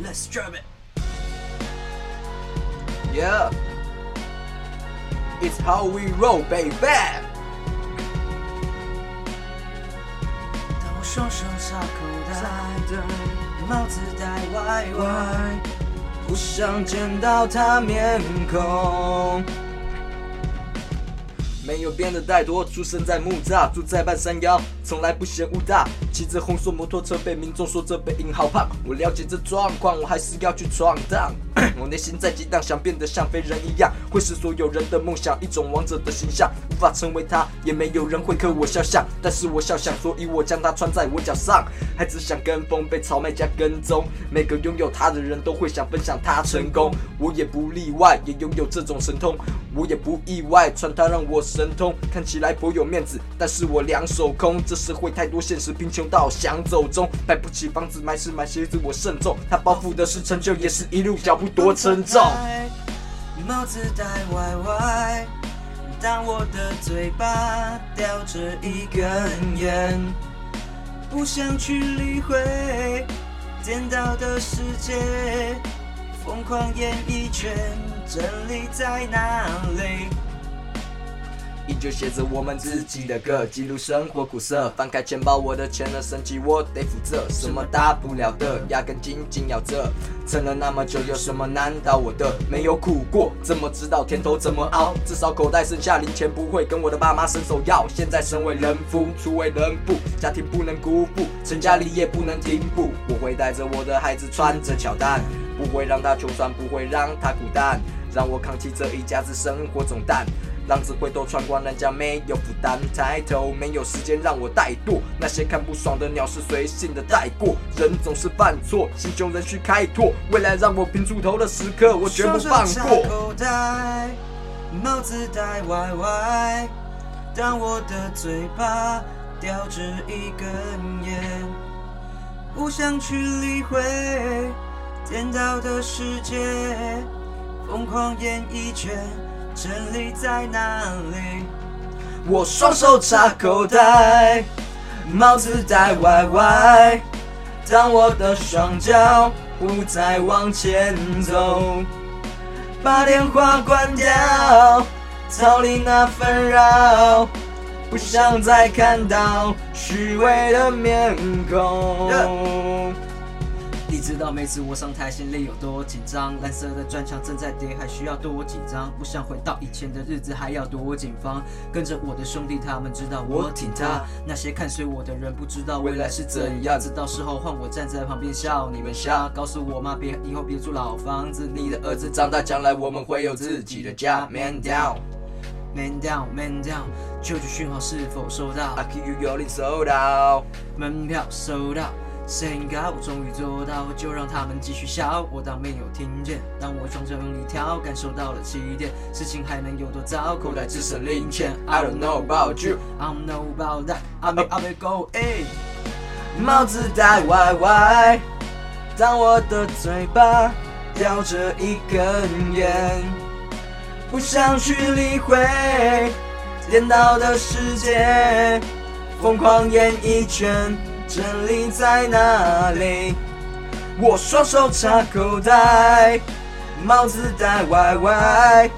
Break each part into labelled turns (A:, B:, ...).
A: Let's drum it.
B: Yeah. It's how we roll, baby.
A: 当我双手插口袋，帽子戴歪歪，
B: 不想见到他面孔。没有变得太多，出生在木栅，住在半山腰，从来不嫌屋大。骑着红色摩托车被民众说这背影好胖，我了解这状况，我还是要去闯荡。我内心在激荡，想变得像飞人一样，会是所有人的梦想，一种王者的形象。无法成为他，也没有人会和我肖像，但是我肖像，所以我将它穿在我脚上。还只想跟风，被草卖家跟踪。每个拥有它的人都会想分享他成功，我也不例外，也拥有这种神通，我也不意外，穿它让我神通，看起来颇有面子，但是我两手空，这社会太多现实，贫穷到想走中，买不起房子，买吃买鞋子我慎重，它包覆的是成就，也是一路脚步多沉重。
A: 帽子戴歪歪，但我的嘴巴叼着一根烟，不想去理会颠倒的世界，疯狂演一圈，真理在哪里？
B: 依旧写着我们自己的歌，记录生活苦涩。翻开钱包，我的钱的神奇我得负责，什么大不了的，牙根紧紧咬着。撑了那么久，有什么难倒我的？没有苦过，怎么知道甜头怎么熬？至少口袋剩下零钱，不会跟我的爸妈伸手要。现在身为人夫，初为人父，家庭不能辜负，成家立业不能停步。我会带着我的孩子，穿着乔丹，不会让他穷酸，不会让他孤单，让我扛起这一家子生活重担。浪子回头穿光，人家没有负担。抬头没有时间让我怠惰，那些看不爽的鸟是随性的带过。人总是犯错，心胸仍需开拓。未来让我拼出头的时刻，我绝不
A: 双
B: 放
A: 手插
B: 过。
A: 口袋，帽子戴歪歪，但我的嘴巴叼着一根烟，不想去理会颠倒的世界，疯狂演一圈，真理在哪里？
B: 我双手插口袋，帽子戴歪歪，当我的双脚不再往前走，把电话关掉，逃离那纷扰，不想再看到虚伪的面孔。
A: 你知道每次我上台心里有多紧张，蓝色的砖墙正在叠，还需要多紧张？不想回到以前的日子，还要多谨防。跟着我的兄弟，他们知道我挺他，那些看随我的人不知道未来是怎样，直到事后换我站在旁边笑你们瞎，告诉我妈别以后别住老房子，你
B: 你的
A: 的
B: 儿子长大，将来我们会有自己的家。Man down。
A: man down man down，救助讯号是否收到？
B: 阿 Q 有零收到，
A: 门票收到，身高我终于做到，就让他们继续笑，我当没有听见。当我双手用力挑，感受到了起点，事情还能有多糟？口
B: 口
A: 袋
B: 袋
A: 只
B: 只
A: 剩
B: 剩
A: 零
B: 零
A: 钱
B: 钱。
A: I
B: I
A: don't know
B: don't know
A: about
B: about
A: you,
B: you.
A: I don't know about that. I may I may go a
B: 帽子戴歪歪，当我的嘴巴叼着一根烟，不想去理会颠倒的世界，疯狂演一圈，真理在哪里？我双手插口袋，帽子戴歪歪，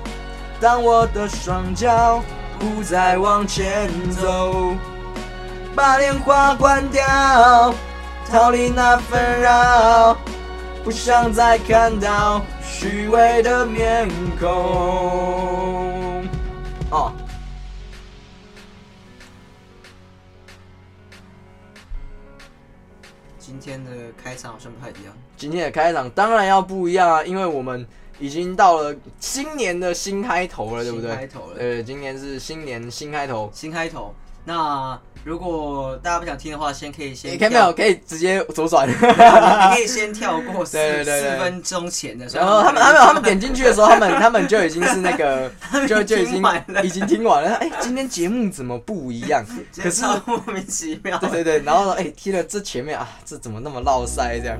B: 当我的双脚不再往前走。把电话关掉，逃离那纷扰，不想再看到虚伪的面孔。哦。
A: 今天的开场好像不太一样，
B: 今天的开场当然要不一样啊，因为我们已经到了新年的新开头了，对不对？
A: 新开头了
B: 呃，今年是新年新开头。
A: 新开头。那如果大家不想听的话，先可以先
B: 你看没
A: 跳
B: 有？，可以直接 左转。
A: 你可以先跳过四
B: 对对对对
A: 四分钟前的。
B: 然后他们、他们、他们点进去的时候，他们、 他们就已经是那个
A: 他，们已经
B: 就就已经
A: 听完了
B: 已经听完了。哎、今天节目怎么不一 样？可
A: 可是
B: 是，
A: 莫名其妙。
B: 对对对，然后哎、听了这前面啊，这怎么那么绕塞这样？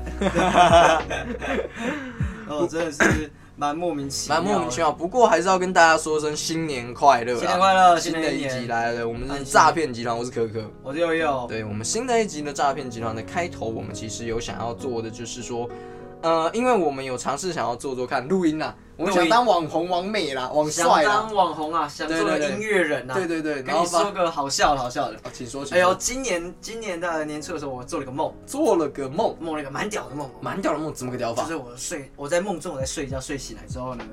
A: 哦，真的是蛮莫名其妙，哦
B: 蛮莫名其。妙。不过还是要跟大家说声新年快乐啦，啊
A: 新年快乐
B: 新
A: 新的
B: 的
A: 一
B: 一
A: 年
B: 集来了，我们
A: 安
B: 是
A: 心
B: 诈骗集团，我是可可。
A: 我就有，
B: 对我们新的一集呢，诈骗集团的开头，我们其实有想要做的就是说，呃，因为我们有尝试想要做做看录音啊，我们
A: 录音
B: 想当网红、网美啦、网
A: 想
B: 帅啦
A: 当，网红啊，想做
B: 对对对
A: 音乐人啊。
B: 对对对，
A: 跟
B: 然后
A: 你
B: 把
A: 说个好笑的好笑的。
B: 啊，请说，请
A: 哎呦，
B: 说，
A: 今年今年的年初的时候，我做了个梦，
B: 做了个梦，
A: 梦了一个蛮屌的梦，
B: 蛮屌的梦，怎么个屌
A: 就
B: 法？
A: 是我睡，我在梦中我在睡觉，睡醒来之后呢，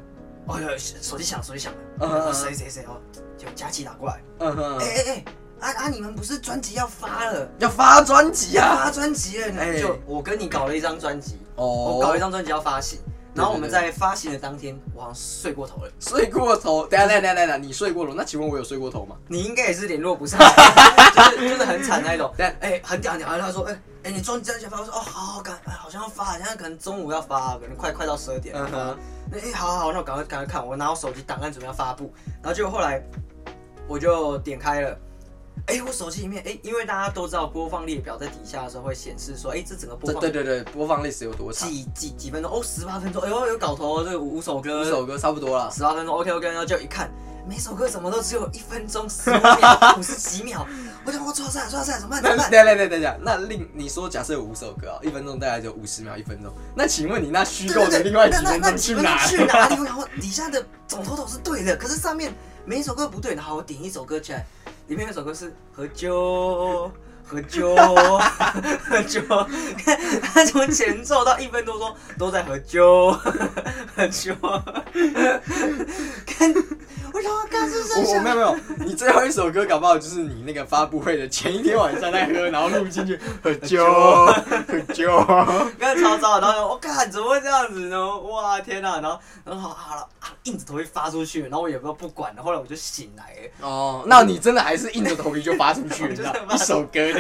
A: 哦呦，手机响，手机响了，
B: 嗯嗯嗯
A: 哦谁谁谁哦，就佳琪打过来，
B: 嗯哼
A: 哎，哎哎，啊啊，你们不是专辑要发了，
B: 要发专辑啊！
A: 发专辑了
B: 哎
A: 呢，就我跟你搞了一张专辑，
B: 哦，
A: 我搞了一张专辑要发行，然后我们
B: 对对
A: 在发行的当天，我好像睡过头了，
B: 睡过头，等一下等一下等一下等一下，你睡过头？那请问我有睡过头吗？
A: 你应该也是联络不上， 就是就是很惨那一种。
B: 但
A: 哎，很屌很屌，然后他说，哎哎，你专辑要发，我说哦，好好，赶，哎好像要发，现在可能中午要发，可能快快到十二点。
B: 嗯哼，
A: 那、哎，好好好，那我赶快赶快看，我拿我手机档案准备要发布，然后结果后来我就点开了。哎、我手机里面哎、因为大家都知道播放列表在底下的时候会显示说，哎、这整个播
B: 这
A: 放
B: 对对对，播放历史有多长？
A: 几几几分钟？哦，十八分钟。哎呦，有搞头哦，这五五首歌，
B: 五首歌差不多啦。
A: 十八分钟，OK OK，然后就一看，每首歌怎么都只有一分钟十五秒、五十几秒，我想我抓散抓散，怎么办怎
B: 那
A: 么
B: 等
A: 办？
B: 一下等一下等一下，那另你说假设有五首歌啊，一分钟大概就五十秒一分钟，那请问你那虚构的另外
A: 那
B: 几
A: 那
B: 分
A: 那
B: 钟
A: 几
B: 去
A: 分钟
B: 哪？
A: 去 哪里？我想我底下的总头头是对的，可是上面每一首歌不对的。好，我点一首歌起来，里面有一首歌是喝酒。喝酒，喝酒，他从前奏到一分多钟都在喝酒，喝酒，看，我想我干是剩
B: 我我
A: 下
B: 没有没有，你最后一首歌搞不好就是你那个发布会的前一天晚上在喝，然后录进去喝酒喝酒，
A: 刚才超糟的，然后我看怎么会这样子呢？哇天哪、然后然后好好了啊，硬着头皮发出去，然后我也不知道不管了，后来我就醒来了，
B: 哦，那你真的还是硬着头皮就发出去，你知道
A: 我就是
B: 一首歌这样。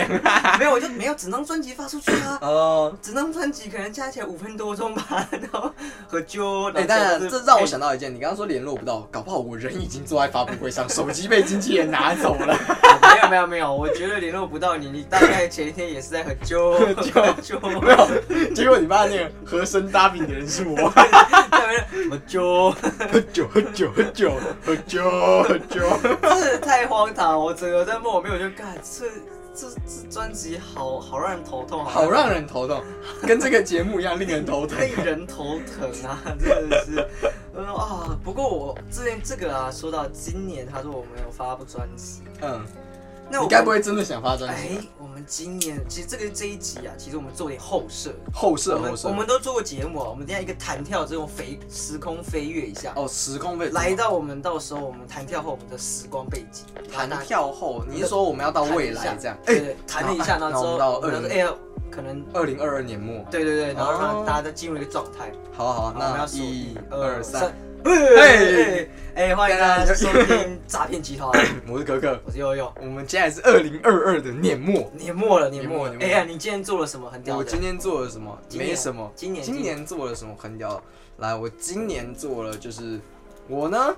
A: 没有我就没有整张专辑发出去啊，
B: 哦，
A: 整张专辑可能加起来五分多钟吧，然后和揪，
B: 哎、
A: 然后
B: 当然，
A: 就是
B: 这让我想到一件，你刚刚说联络不到，搞不好我人已经坐在发布会上，手机被经纪人拿走了。
A: 哎没有没有没有，我觉得联络不到你，你大概前一天也是在和揪 和揪
B: 没有，结果你发现那个和声搭饼的人是我，
A: 和揪，
B: 喝酒喝酒喝酒喝酒喝酒。
A: 真的太荒唐了，我整个在梦我没有就干这。这这专辑好好让人头痛，啊
B: 好让人头痛，跟这个节目一样令人头疼。
A: 令人头疼啊， 真的是，我说啊，不过我之前这个啊，说到今年，他说我们有发布专辑，
B: 嗯，
A: 那我们
B: 你该不会真的想发专
A: 哎
B: 辑吧？，
A: 我们今年其实这个这一集啊，其实我们做点后设，
B: 后
A: 我
B: 设
A: 们
B: 啊后设
A: 我，们都做过节目啊，我们等一下一个弹跳这种飞时空飞跃一下，
B: 哦，时空被
A: 来到我们到时候我们弹跳后我们的时光背景，
B: 哦弹跳后，你是说我们要到未来这样？
A: 哎
B: 哎，，
A: 对弹了一 下，然
B: 然
A: 后
B: 后
A: 之后
B: 然后我
A: 我
B: 们到
A: 们
B: 20
A: 说哎呀，可能
B: 二零二二年末，
A: 对对对，然后让
B: 哦
A: 大家都进入一个状态。
B: 好好，
A: 好我们
B: 那
A: 要数
B: 一二三，。
A: 哎哎，欢迎大家收听诈骗集 团，
B: 我是格格，
A: 我是悠悠。
B: 我们现在是二零二二的年末。
A: 年末了，年末了
B: 年。末
A: 哎
B: 年末
A: 呀，你今天做了什么很屌
B: 我
A: 的
B: 今？天做了什么？
A: 今年
B: 没什么。
A: 今年
B: 今年做了什么很屌？来，我今年做了就是我呢，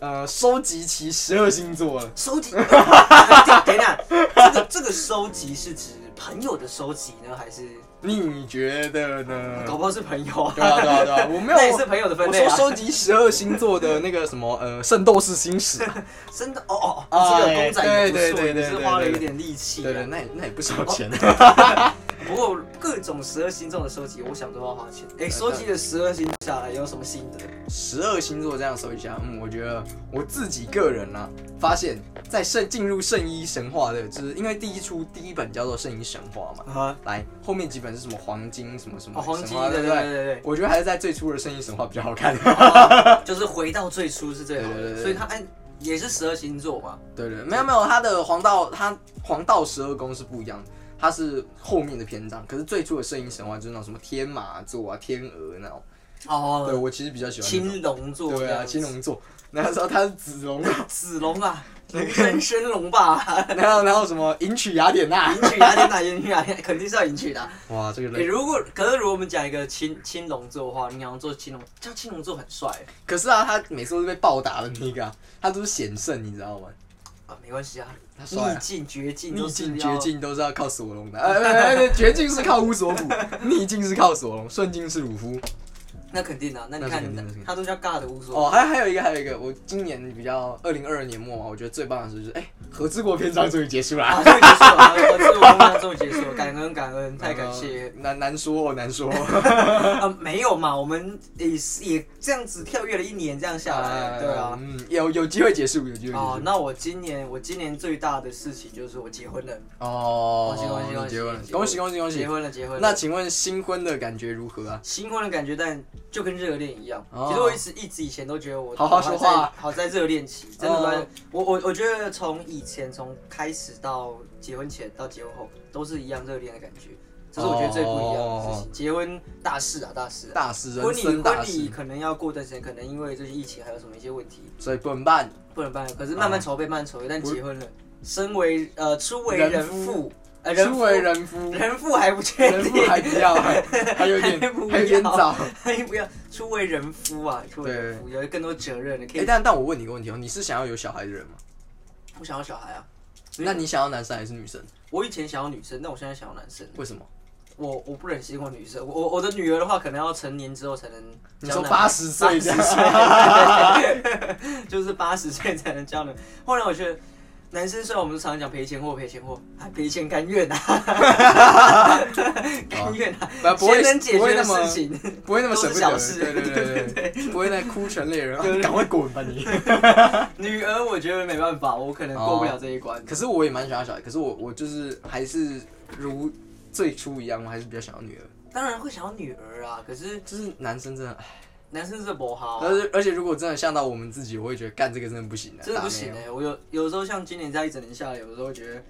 B: 呃，收集齐十二星座了。
A: 收集？ 哎等一下，这个这个收集是指朋友的收集呢，还是
B: 你觉得呢？
A: 搞不好是朋友啊？
B: 嗯对啊对啊对啊，我 没 有。
A: 那也是朋友的分
B: 我
A: 类
B: 说
A: 啊。
B: 收集十二星座的那个什么呃圣斗士星 矢，
A: 真的哦哦哦，
B: 哎
A: 这个公仔也不
B: 对对
A: 错，
B: 对
A: 你
B: 对
A: 是
B: 对
A: 花了
B: 对
A: 有点力气啊。
B: 对对，那也那也不少钱。
A: 不过各种十二星座的收集，我想都要花钱。哎，收集的十二星座下来有什么心得？
B: 十二星座这样搜一下，嗯，我觉得我自己个人呢、发现，在圣进入圣衣神话的，就是因为第一出第一本叫做《圣衣神话》嘛，
A: 啊，
B: 来后面几本是什么黄金什么什么
A: 哦，黄
B: 神
A: 金
B: 话，，
A: 对
B: 不
A: 对对对对。
B: 我觉得还是在最初的圣衣神话比较好看。
A: 哦就是回到最初是最好
B: 对对对
A: 的，
B: 对
A: 所以他按也是十二星座嘛，
B: 对对，没有没有，它的黄道它黄道十二宫是不一样的，它是后面的篇章。可是最初的圣衣神话就是那种什么天马座啊、天鹅那种。对
A: 哦，
B: 我其实比较喜欢那种。
A: 青龙座这
B: 对啊，
A: 样子，
B: 青龙座，那时候他是子龙，
A: 子龙啊，龙生升龙吧，
B: 然后然后什么迎娶雅典娜， 哎
A: 迎娶雅典娜，迎娶雅典娜，肯定是要迎娶 的啊。
B: 哇，这个
A: 诶如果可是如果我们讲一个青青龙座的话，你好像做青龙，叫青龙座很帅
B: 可是啊，他每次都是被暴打的那个、啊，他都是险胜，你知道吗？
A: 啊，没关系啊，
B: 他
A: 逆
B: 帅、啊。
A: 境绝境都
B: 逆
A: 是
B: 境
A: 要
B: 绝，境都是要靠哎索隆的，呃，呃呃绝境是靠乌索普，逆境是靠索隆，顺境是鲁夫。
A: 那肯定啊，那你
B: 那是
A: 看
B: 肯定那是肯定
A: 他都叫尬的无所谓。
B: 哦，还还有一个，还有一个，我今年比较二零二二年末嘛，我觉得最棒的是就是，哎、合资国篇章终于结束啦。
A: 啊，终于结束了，我这个工作终于结束了，感恩感恩， 太感谢。
B: 呃，难难说哦，难说。
A: 啊，没有嘛，我们也是也这样子跳跃了一年，这样下来， 对啊。
B: 嗯，有有机会结束，有机会结束。
A: 哦，那我今年我今年最大的事情就是我结婚了，
B: 哦，
A: 恭喜恭喜
B: 你
A: 恭喜
B: 结婚了，恭喜恭喜恭喜
A: 结！婚了，结婚了。
B: 那请问新婚的感觉如何啊？
A: 新婚的感觉，但就跟热恋一样。
B: 哦
A: 其实我一直一直以前都觉得我
B: 好好说话
A: 好在好在热恋期，真的
B: 哦
A: 都在。我我我觉得从以前从开始到结婚前到结婚后都是一样热恋的感觉，这是我觉得最不一样的事
B: 哦
A: 情。结婚大事啊，大事啊。
B: 大事人
A: 婚礼
B: 生大
A: 婚礼
B: 事，
A: 可能要过段时间，可能因为这些疫情还有什么一些问题
B: 所以本办
A: 不能办，
B: 嗯
A: 可是慢慢筹备，慢慢筹备。但结婚了，身为呃初为
B: 人
A: 人
B: 夫
A: 父，呃人
B: 嗯初
A: 父
B: 为 人夫，
A: 人父还不确
B: 人
A: 定
B: 夫，还不要，还有点
A: 还不
B: 还有点
A: 要
B: 早。哎
A: 嘿，哎不要初为人夫啊，初为人夫有更多责任，你可
B: 哎，
A: 以。
B: 但但我问你一个问题哦，你是想要有小孩的人吗？
A: 我想要小孩啊，
B: 那你想要男生还是女生？
A: 我以前想要女生，但我现在想要男生。
B: 为什么？
A: 我我不忍心我女生，我我我的女儿的话，可能要成年之后才能
B: 你
A: 交
B: 说
A: 男。
B: 八十岁这
A: 十
B: 样？
A: 岁， 就是八十岁才能交男。后来我觉得，男生虽然我们常常讲赔钱货赔钱货，还赔钱甘愿 啊，甘愿啊，
B: 不不
A: 谁
B: 会
A: 能解
B: 不会
A: 决
B: 那
A: 的
B: 么
A: 事情，
B: 不会那么
A: 都
B: 舍
A: 是
B: 不
A: 小
B: 得，
A: 事
B: 对对对对对，不会那哭成泪人，啊赶快滚吧你。
A: 女儿我觉得没办法，我可能过不了这一关。
B: 可是我也蛮想要小孩，可是我我就是还是如最初一样，我还是比较想要女儿。
A: 当然会想要女儿啊，可是
B: 就是男生真的，
A: 哦男生是不好、啊
B: 而且而且如果真的像到我们自己，我会觉得干这个真的不行的，啊
A: 真的不行哎、我有有时候像今年这样一整年下来，有时候觉得。哎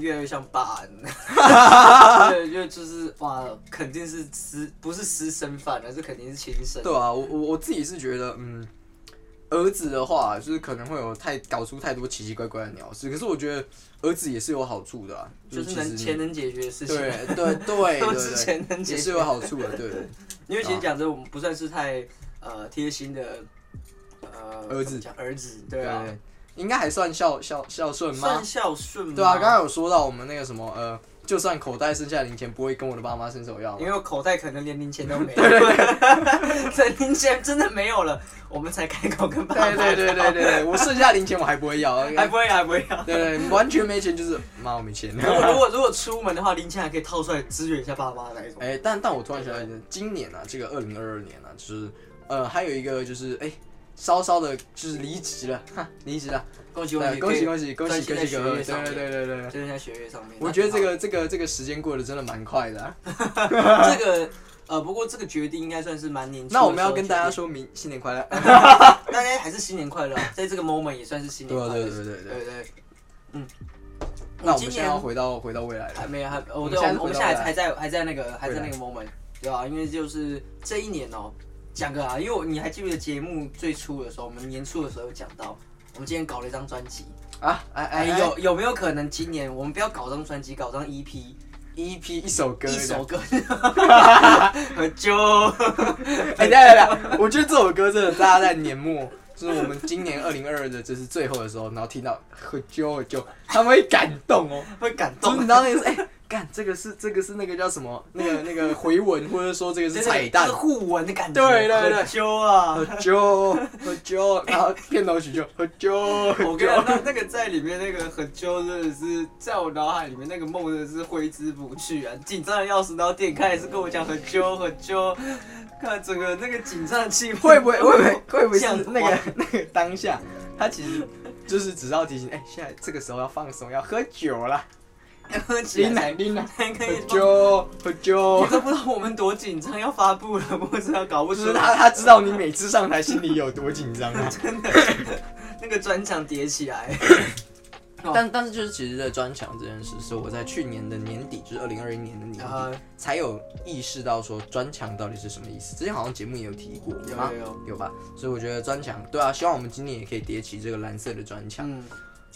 A: 越来越像爸， 对，就就是哇，肯定是私不是私生饭，而是肯定是亲生。
B: 对啊，我我我自己是觉得，嗯，儿子的话就是可能会有太搞出太多奇奇怪怪的鸟事，可是我觉得儿子也是有好处的啊，
A: 就是
B: 其实
A: 能钱能解决的事情。
B: 对对对
A: 都
B: 对
A: 是
B: 对，
A: 钱能解
B: 也
A: 决
B: 是有好处的，对对
A: 因为其实讲真，我们不算是太呃贴心的呃
B: 儿子
A: 怎么讲儿子对啊，
B: 对，应该还算孝孝孝顺吗？
A: 算孝顺吗
B: 对啊，刚刚有说到我们那个什么呃，就算口袋剩下零钱，不会跟我的爸妈伸手要。
A: 因为我口袋可能连零钱都 没有， 整零钱真的没有了，我们才开口跟爸妈
B: 对对对对对 对，我剩下零钱我还不会要，
A: 还不会还不会啊。
B: 对对，完全没钱就是妈我没钱。
A: 如果如果如果出门的话，零钱还可以掏出来支援一下爸妈那一种。
B: 哎、 但但我突然想到一件，今年啊，这个二零二二年啊，就是呃，还有一个就是哎、稍稍的就是离职了， 哈，离职了，
A: 恭喜恭
B: 对
A: 喜
B: 呃恭喜
A: 喜！
B: 恭喜恭喜
A: 专心
B: 恭
A: 在
B: 喜
A: 学
B: 恭
A: 业
B: 喜！
A: 上
B: 对对
A: 面
B: 对对 对对。
A: 就是在学业上面，
B: 我觉得这个这个这个时间过得真的蛮快的啊、
A: 那这个 呃，不过这个决定应该算是蛮年轻的时
B: 那
A: 候
B: 我
A: 决定。
B: 们要跟大家说明新年快乐。
A: 大家还是新年快乐啊，在这个 moment 也算是新年
B: 对啊
A: 快乐。
B: 对对对对对。
A: 对对，嗯。
B: 那我
A: 今
B: 们现在
A: 年
B: 要回到回到未来了。
A: 还没有还
B: 我
A: 哦，
B: 们
A: 对，我
B: 现在
A: 们我
B: 回
A: 们
B: 到
A: 现在
B: 未来
A: 还在还在那个还在
B: 未
A: 那
B: 来
A: 个 moment，对啊，因为就是这一年哦，讲个啊，因为我你还记不记得节目最初的时候，我们年初的时候有讲到，我们今天搞了一张专辑，
B: 啊，哎
A: 哎，
B: 哎，有
A: 有有没有可能今年我们不要搞张专辑，搞张 EP，
B: EP E 一首歌，
A: 一首 歌，很久，
B: 哎，等一下等一下，我觉得这首歌真的，大家在年末，就是我们今年二零二二的，就是最后的时候，然后听到喝酒喝酒，他们会感动哦，
A: 会感
B: 就是
A: 动
B: 你知。道那个是哎。干，这个是这个是那个叫什么？那个那个回文，或者说这个是彩蛋
A: 这个。互文的感觉，
B: 对对对
A: 很揪啊！
B: 喝酒，喝酒，然后片头曲就喝酒，喝
A: 我跟你
B: 酒。
A: 讲，那那个在里面那个很揪，真的是在我脑海里面那个梦真的是挥之不去啊！紧张的要死，然后点开也是跟我讲很揪很揪，看整个那个紧张的气氛
B: 会不会会不会会不会是
A: 像
B: 那个那个当下，他其实就是只是要提醒，哎，现在这个时候要放松，要喝酒啦，
A: 喝起
B: 拎
A: 来
B: 来拎来，
A: 才可
B: 喝
A: 以放。
B: 酒，喝酒
A: 你。都不知道我们多紧张，要发布了，不知道搞不
B: 就是
A: 出
B: 他
A: 来，
B: 他知道你每次上台心里有多紧 张啊。
A: 真的那个专场叠起来。
B: 但但是就是其实，在专场这件事，是我在去年的年底，就是二零二一年的年
A: 然后
B: 底，才有意识到说专场到底是什么意思。之前好像节目也有提过，
A: 有
B: 吗
A: 有有，
B: 有吧？所以我觉得专场，对啊，希望我们今年也可以叠起这个蓝色的专场。
A: 嗯，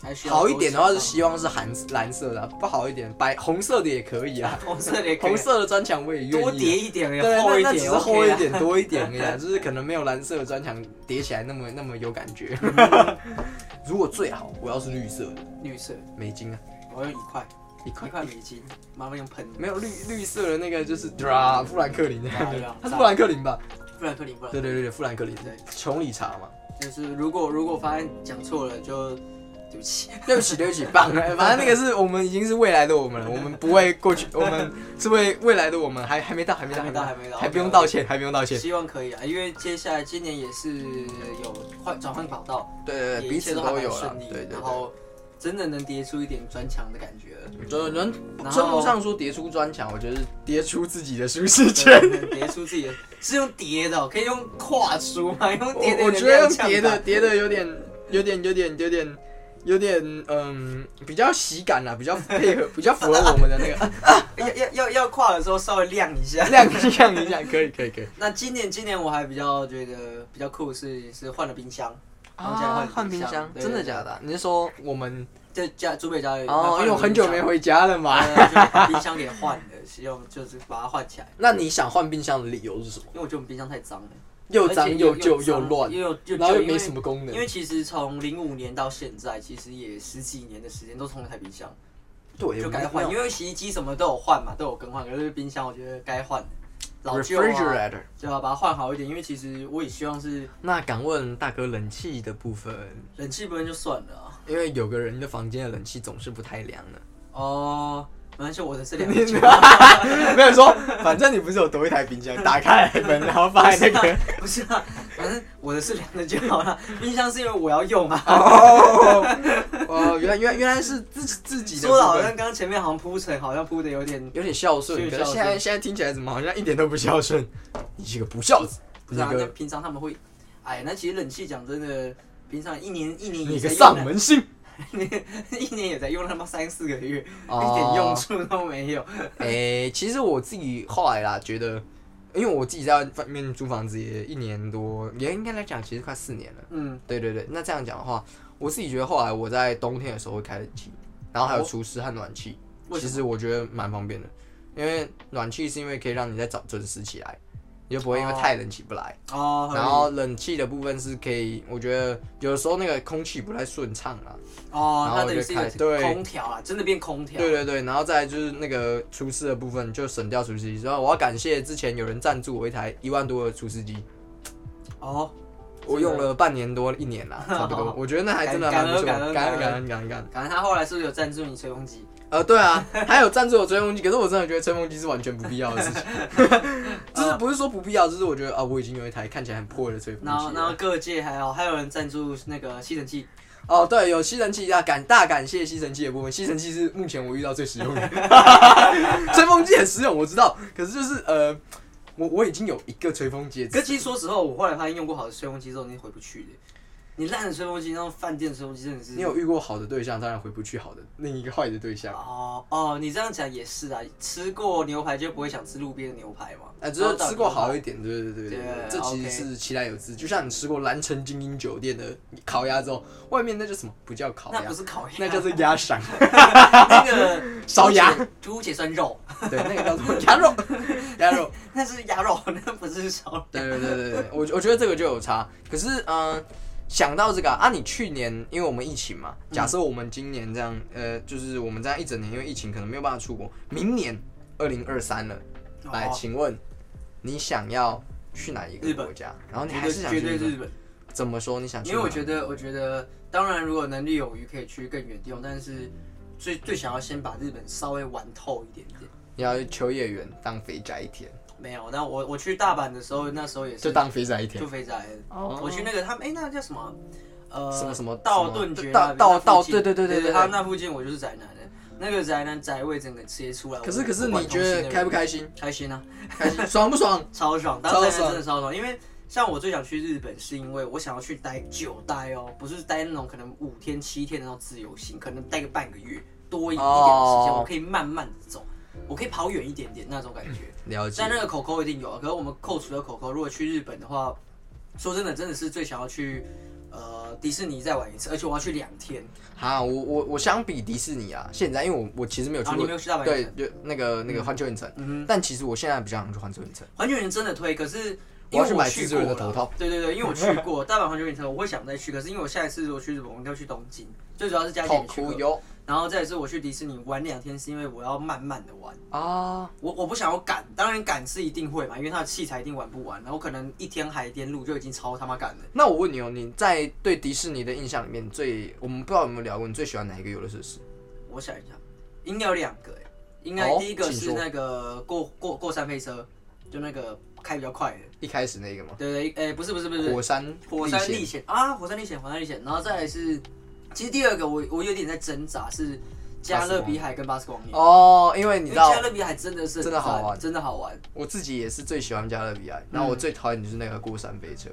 A: 还需要
B: 好一点的话是
A: 多
B: 希望是蓝蓝色的啊、不好一点白红色的也可 以啊。
A: 红色的也可以
B: 红色的专场我也愿意啊、
A: 多叠一点，
B: 对，
A: 厚一
B: 那那
A: 点，
B: 只是厚
A: OK
B: 一
A: 啊
B: 点、多一点而已啊，就是可能没有蓝色的砖墙叠起来那么那么有感觉。 如果最好，我要是绿色的
A: 绿色，
B: 美金啊，
A: 我要一块。
B: 一
A: 一
B: 块
A: 块美金，妈妈用喷的。
B: 没有绿绿色的那个就是 Dra 富兰克林
A: 啊对啊，
B: 他是富兰克林吧？
A: 富兰克林，富兰克
B: 对
A: 林
B: 对对对，富兰克林
A: 对，
B: 穷理查嘛。
A: 就是如果如果发现讲错了，就对不起。
B: 对不起，对不起， 棒！反正那个是我们已经是未来的我们了，我们不会过去，我们是为未来的我们还还没到，还没到，
A: 还没到还没到
B: 还不用道歉，还不用道歉。
A: 希望可以啊，因为接下来今年也是有换转换跑道，
B: 对对
A: 也
B: 对，
A: 一
B: 彼
A: 切
B: 此
A: 都还
B: 都
A: 蛮
B: 有了
A: 顺利，
B: 对对对
A: 然。后真的能叠出一点砖墙的感觉了。
B: 就能
A: 然后
B: 称不上说叠出砖墙，我觉得是叠出自己的舒适圈。
A: 对能叠出自己的，是用叠的哦、可以用跨出吗？ 用叠的
B: 我
A: 有
B: 我
A: 点
B: 觉得用
A: 踉跄
B: 叠的
A: 吧
B: 叠的有点有点有点有点有点嗯，比较喜感啦，比较配合，比较符合我们的那 个
A: 要要要要跨的时候稍微亮一下。
B: 亮相一下，可以可以可以。
A: 那今年今年我还比较觉得比较酷是是换了冰箱，然后
B: 啊，换冰
A: 冰
B: 箱，
A: 对
B: 真的假的啊？你是说我们
A: 对对家竹北家有
B: 哦，因为我很久没
A: 换了
B: 回家了嘛。
A: 冰箱，对就把冰箱给换了，希望就是把它换起来，
B: 那你想换冰箱的理由是什么？
A: 因为我觉得我们冰箱太脏了，
B: 又
A: 而且
B: 脏
A: 又
B: 旧
A: 又
B: 又
A: 脏
B: 乱，
A: 又又
B: 然
A: 旧
B: 后又
A: 因为
B: 没什么功能
A: 因。为其实从零五年到现在，其实也十几年的时间都是同一台冰箱，
B: 对，
A: 就该换，因为洗衣机什么都有换嘛，都有更换，可是冰箱我觉得该换，老旧啊，
B: refrigerator。
A: 对吧？把它换好一点，因为其实我也希望是
B: 那敢问大哥，冷气的部分，
A: 冷气不能就算了啊。
B: 因为有个人的房间的冷气总是不太凉的。
A: 哦，没关系，我的是两
B: 你
A: 千，
B: 没有说，反正你不是有多一台冰箱，打开门然后放在那个。
A: 不是啊，反正我的是凉的就好了。冰箱是因为我要用啊。
B: 哦，哦，原来原来原来是自己自己的部
A: 说
B: 分。
A: 的好像刚刚前面好像铺陈，好像铺的有点
B: 有点孝顺，
A: 有
B: 可
A: 点
B: 是
A: 孝
B: 现
A: 顺
B: 在现在听起来怎么好像一点都不孝顺？你是个不孝子，
A: 不是啊。
B: 你
A: 那
B: 个
A: 平常他们会，哎，那其实冷气讲真的，平常一年一年
B: 你
A: 也
B: 个
A: 在
B: 丧
A: 用啊，
B: 门星。
A: 一年也在用他妈三四个月，
B: 哦
A: 一点用处都没有。
B: 诶、哎其实我自己后来啦，觉得，因为我自己在外面租房子也一年多，也应该来讲，其实快四年了。
A: 嗯，
B: 对对对，那这样讲的话，我自己觉得后来我在冬天的时候会开冷气，然后还有除湿和暖气，
A: 哦为什
B: 其
A: 么
B: 实我觉得蛮方便的，因为暖气是因为可以让你在早准时起来，你就不会因为
A: 哦
B: 太冷起不来。
A: 哦，
B: 然后冷气的部分是可以，我觉得有的时候那个空气不太顺畅啊。
A: 哦，
B: 然
A: 它
B: 后
A: 等于是一个
B: 就开对
A: 空调啊，真的变空调。
B: 对对对，然后再来就是那个厨师的部分就省掉厨师机，然后我要感谢之前有人赞助我一台一万多的厨师机，
A: 哦，
B: 我用了半年多一年啦，差 不多。我觉得那还真的蛮不错，
A: 感恩感恩
B: 感恩感恩感恩感恩。
A: 感觉他后来是不是有赞助你吹风机？
B: 呃，对啊，还有赞助我吹风机，可是我真的觉得吹风机是完全不必要 的事情，
A: 哦
B: 就是不是说不必要，就是我觉得啊，我已经有一台看起来很破的吹风
A: 然后
B: 机
A: 然后
B: 了。
A: 各界还有还有人赞助那个吸尘器，
B: 哦，对，有吸尘器啊，感大感谢吸尘器的部分，吸尘器是目前我遇到最实 用的，吹风机很实用，我知道，可是就是呃，我我已经有一个吹风机的
A: 可其实说实话，我后来发现用过好的吹风机之后，你回不去的。你烂的吹风机，那种饭店的吹风机真的是
B: 你有遇过好的对象，当然回不去好的另一个坏的对象。
A: 哦哦，你这样讲也是啊。吃过牛排就不会想吃路边的牛排嘛？
B: 哎、只是吃过好一点，对对对对
A: 对
B: 这其实
A: OK
B: 是其来有之。就像你吃过蓝城精英酒店的烤鸭之后，外面那叫什么？不叫烤
A: 那
B: 鸭
A: 不，是烤鸭，
B: 那叫做鸭肠，
A: 那个
B: 烧鸭，
A: 猪血酸肉，
B: 对，那个叫做鸭肉，鸭肉。
A: 那是鸭肉，那不是烧肉。
B: 对对对对对，我我觉得这个就有差。可是嗯、呃想到这个啊，啊你去年因为我们疫情嘛，假
A: 嗯
B: 设我们今年这样，呃，就是我们这样一整年因为疫情可能没有办法出国，明年二零二三了，来，
A: 哦
B: 请问你想要去哪一个
A: 日本
B: 国家？然后你
A: 绝
B: 还
A: 对
B: 是想去
A: 绝对
B: 日本
A: 日本，
B: 怎么说？你想去
A: 因
B: 哪？
A: 为我觉得，我觉得，当然如果能力有余，可以去更远地方，但是最最想要先把日本稍微玩透一点点。
B: 你要秋叶原当肥宅一天，
A: 没有，那我我去大阪的时候，那时候也是
B: 就当肥宅一天
A: 就。肥仔，
B: 哦
A: 我去那个他们哎，那个叫什么？呃，
B: 什么什么
A: 道顿崛那
B: 道
A: 边
B: 道
A: 那附
B: 道
A: 近
B: 对对对对
A: 对
B: 对
A: 他那附近我就是宅男的，那个宅男宅味整个切出来。
B: 可是
A: 我
B: 可是
A: 不管
B: 你觉
A: 同性
B: 得
A: 恋
B: 开不开心？
A: 开心啊？
B: 开心爽不爽？
A: 超爽，当
B: 超
A: 宅男
B: 爽
A: 真的超爽，因为。像我最想去日本，是因为我想要去待久待哦，不是待那种可能五天七天的那种自由行，可能待个半个月多一一点的时间
B: 哦
A: 我可以慢慢的走，我可以跑远一点点那种感觉。
B: 了解
A: 但。那个口口一定有啊，可是我们扣除了口口，如果去日本的话，说真的，真的是最想要去呃迪士尼再玩一次，而且我要去两天。
B: 哈，我我我相比迪士尼啊，现在因为我我其实没有去
A: 啊
B: 过，
A: 你没有去大阪
B: 对
A: 影，
B: 就那个那个环球影城，
A: 嗯
B: 但其实我现在比较想去环球影城。
A: 哼，环球影真的推，可是因
B: 我要
A: 为
B: 去
A: 我
B: 买
A: 去
B: 蜘蛛
A: 过
B: 人的
A: 了，
B: 头套
A: 对对对，因为我去 过大阪环球影城，我会想再去，可是因为我下一次如果去日本，我应该去东京，最主要是家里
B: 痛哦
A: 去
B: 哭
A: 过。
B: 哟！
A: 然后再来是我去迪士尼玩两天，是因为我要慢慢的玩，
B: 啊，
A: 我我不想要赶，当然赶是一定会嘛，因为它的器材一定玩不完，然后可能一天海边路就已经超他妈赶了。
B: 那我问你哦，你在对迪士尼的印象里面最，我们不知道有没有聊过，你最喜欢哪一个游乐设施？
A: 我想一下，应该有两个、欸，应该
B: 哦
A: 第一个
B: 请
A: 是
B: 说
A: 那个过过过山飞车，就那个开比较快的，
B: 一开始那个吗？
A: 对对，哎、不是不是不是
B: 火山
A: 火山
B: 历
A: 历
B: 险
A: 险啊，火山历险，火山历险，然后再来是，其实第二个我我有点在挣扎是加勒比海跟巴斯光年，
B: 哦，因为你
A: 因
B: 知
A: 为
B: 道
A: 加勒比海真的是
B: 真的好玩
A: 真的好玩，
B: 我自己也是最喜欢加勒比海，
A: 嗯
B: 然后我最讨厌就是那个过山飞车。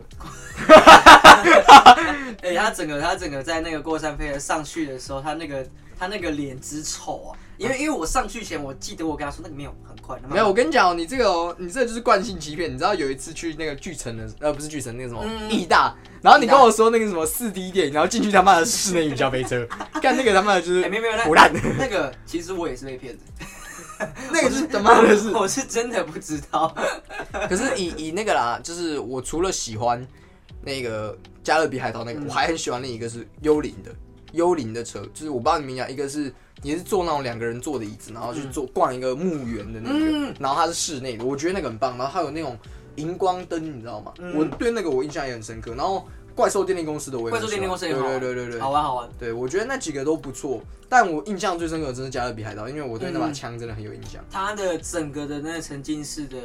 A: 哎、他整个他整个在那个过山飞车上去的时候，他那个他那个脸之丑啊，因为因为我上去前我记得我跟他说那个没有很快，那么
B: 没有，我跟你讲哦，你这个哦，你这就是惯性欺骗。你知道有一次去那个巨城的，呃，不是巨城，那个什么
A: 嗯
B: 义大，然后你
A: 义大
B: 跟我说那个什么四 D 电影，然后进去他妈的室内云霄飞车，干那个他妈的就是
A: 哎、没有没有，
B: 腐烂，
A: 那那个其实我也是被骗的，
B: 那个是他妈的是。
A: 我是真的不知道。
B: 可是以以那个啦，就是我除了喜欢那个加勒比海盗那个，
A: 嗯
B: 我还很喜欢另一个是幽灵的，幽灵的车，就是我不知道你们讲，一个是也是坐那种两个人坐的椅子，然后
A: 嗯
B: 去坐逛一个墓园的那个，然后它是室内的，我觉得那个很棒，然后它有那种荧光灯，你知道吗？我对那个我印象也很深刻。然后怪兽电力公司的我也
A: 嗯怪
B: 很
A: 兽
B: 喜
A: 电
B: 欢
A: 力公司也好
B: 对
A: 玩，
B: 对对对
A: 好
B: 对。
A: 玩好玩。
B: 对，我觉得那几个都不错，但我印象最深刻的真的是加勒比海盗，因为我对那把
A: 嗯
B: 枪真的很有印象。
A: 他的整个的那个沉浸式的，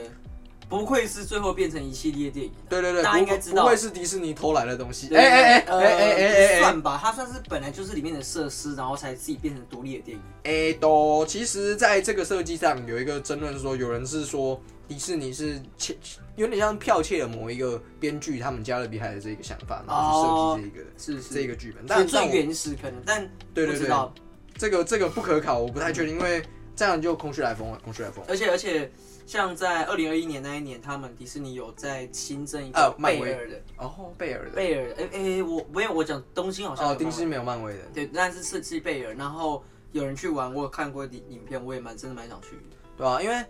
A: 不愧是最后变成一系列电影的，
B: 对对对，
A: 大家应该知道
B: 不会是迪士尼偷来的东西。
A: 对
B: 哎哎哎
A: 呃
B: 哎哎哎哎哎
A: 算吧，它算是本来就是里面的设施，然后才自己变成独立的电影。
B: 哎，都。其实，在这个设计上有一个争论，说有人是说迪士尼是窃，有点像剽窃了某一个编剧他们加勒比海的这个想法，然后去设计这个
A: 哦是是，
B: 这个剧本。
A: 但
B: 但
A: 最
B: 但我
A: 原始可能，但
B: 对对
A: 不
B: 对
A: 知道。
B: 这个这个不可考，我不太确定，因为这样就空穴来风了，空穴来风。
A: 而且而且，像在二零二一年那一年，他们迪士尼有在新增一
B: 呃
A: 个
B: 漫
A: 贝
B: 威
A: 尔的
B: 哦，贝尔的
A: 贝尔，哎哎，我没有我讲东京好像
B: 哦，
A: 有
B: 迪
A: 漫
B: 士尼没有漫威的。
A: 对，但是是是贝尔，然后有人去玩，我有看过影影片，我也蛮真的蛮想去的。
B: 对啊，因为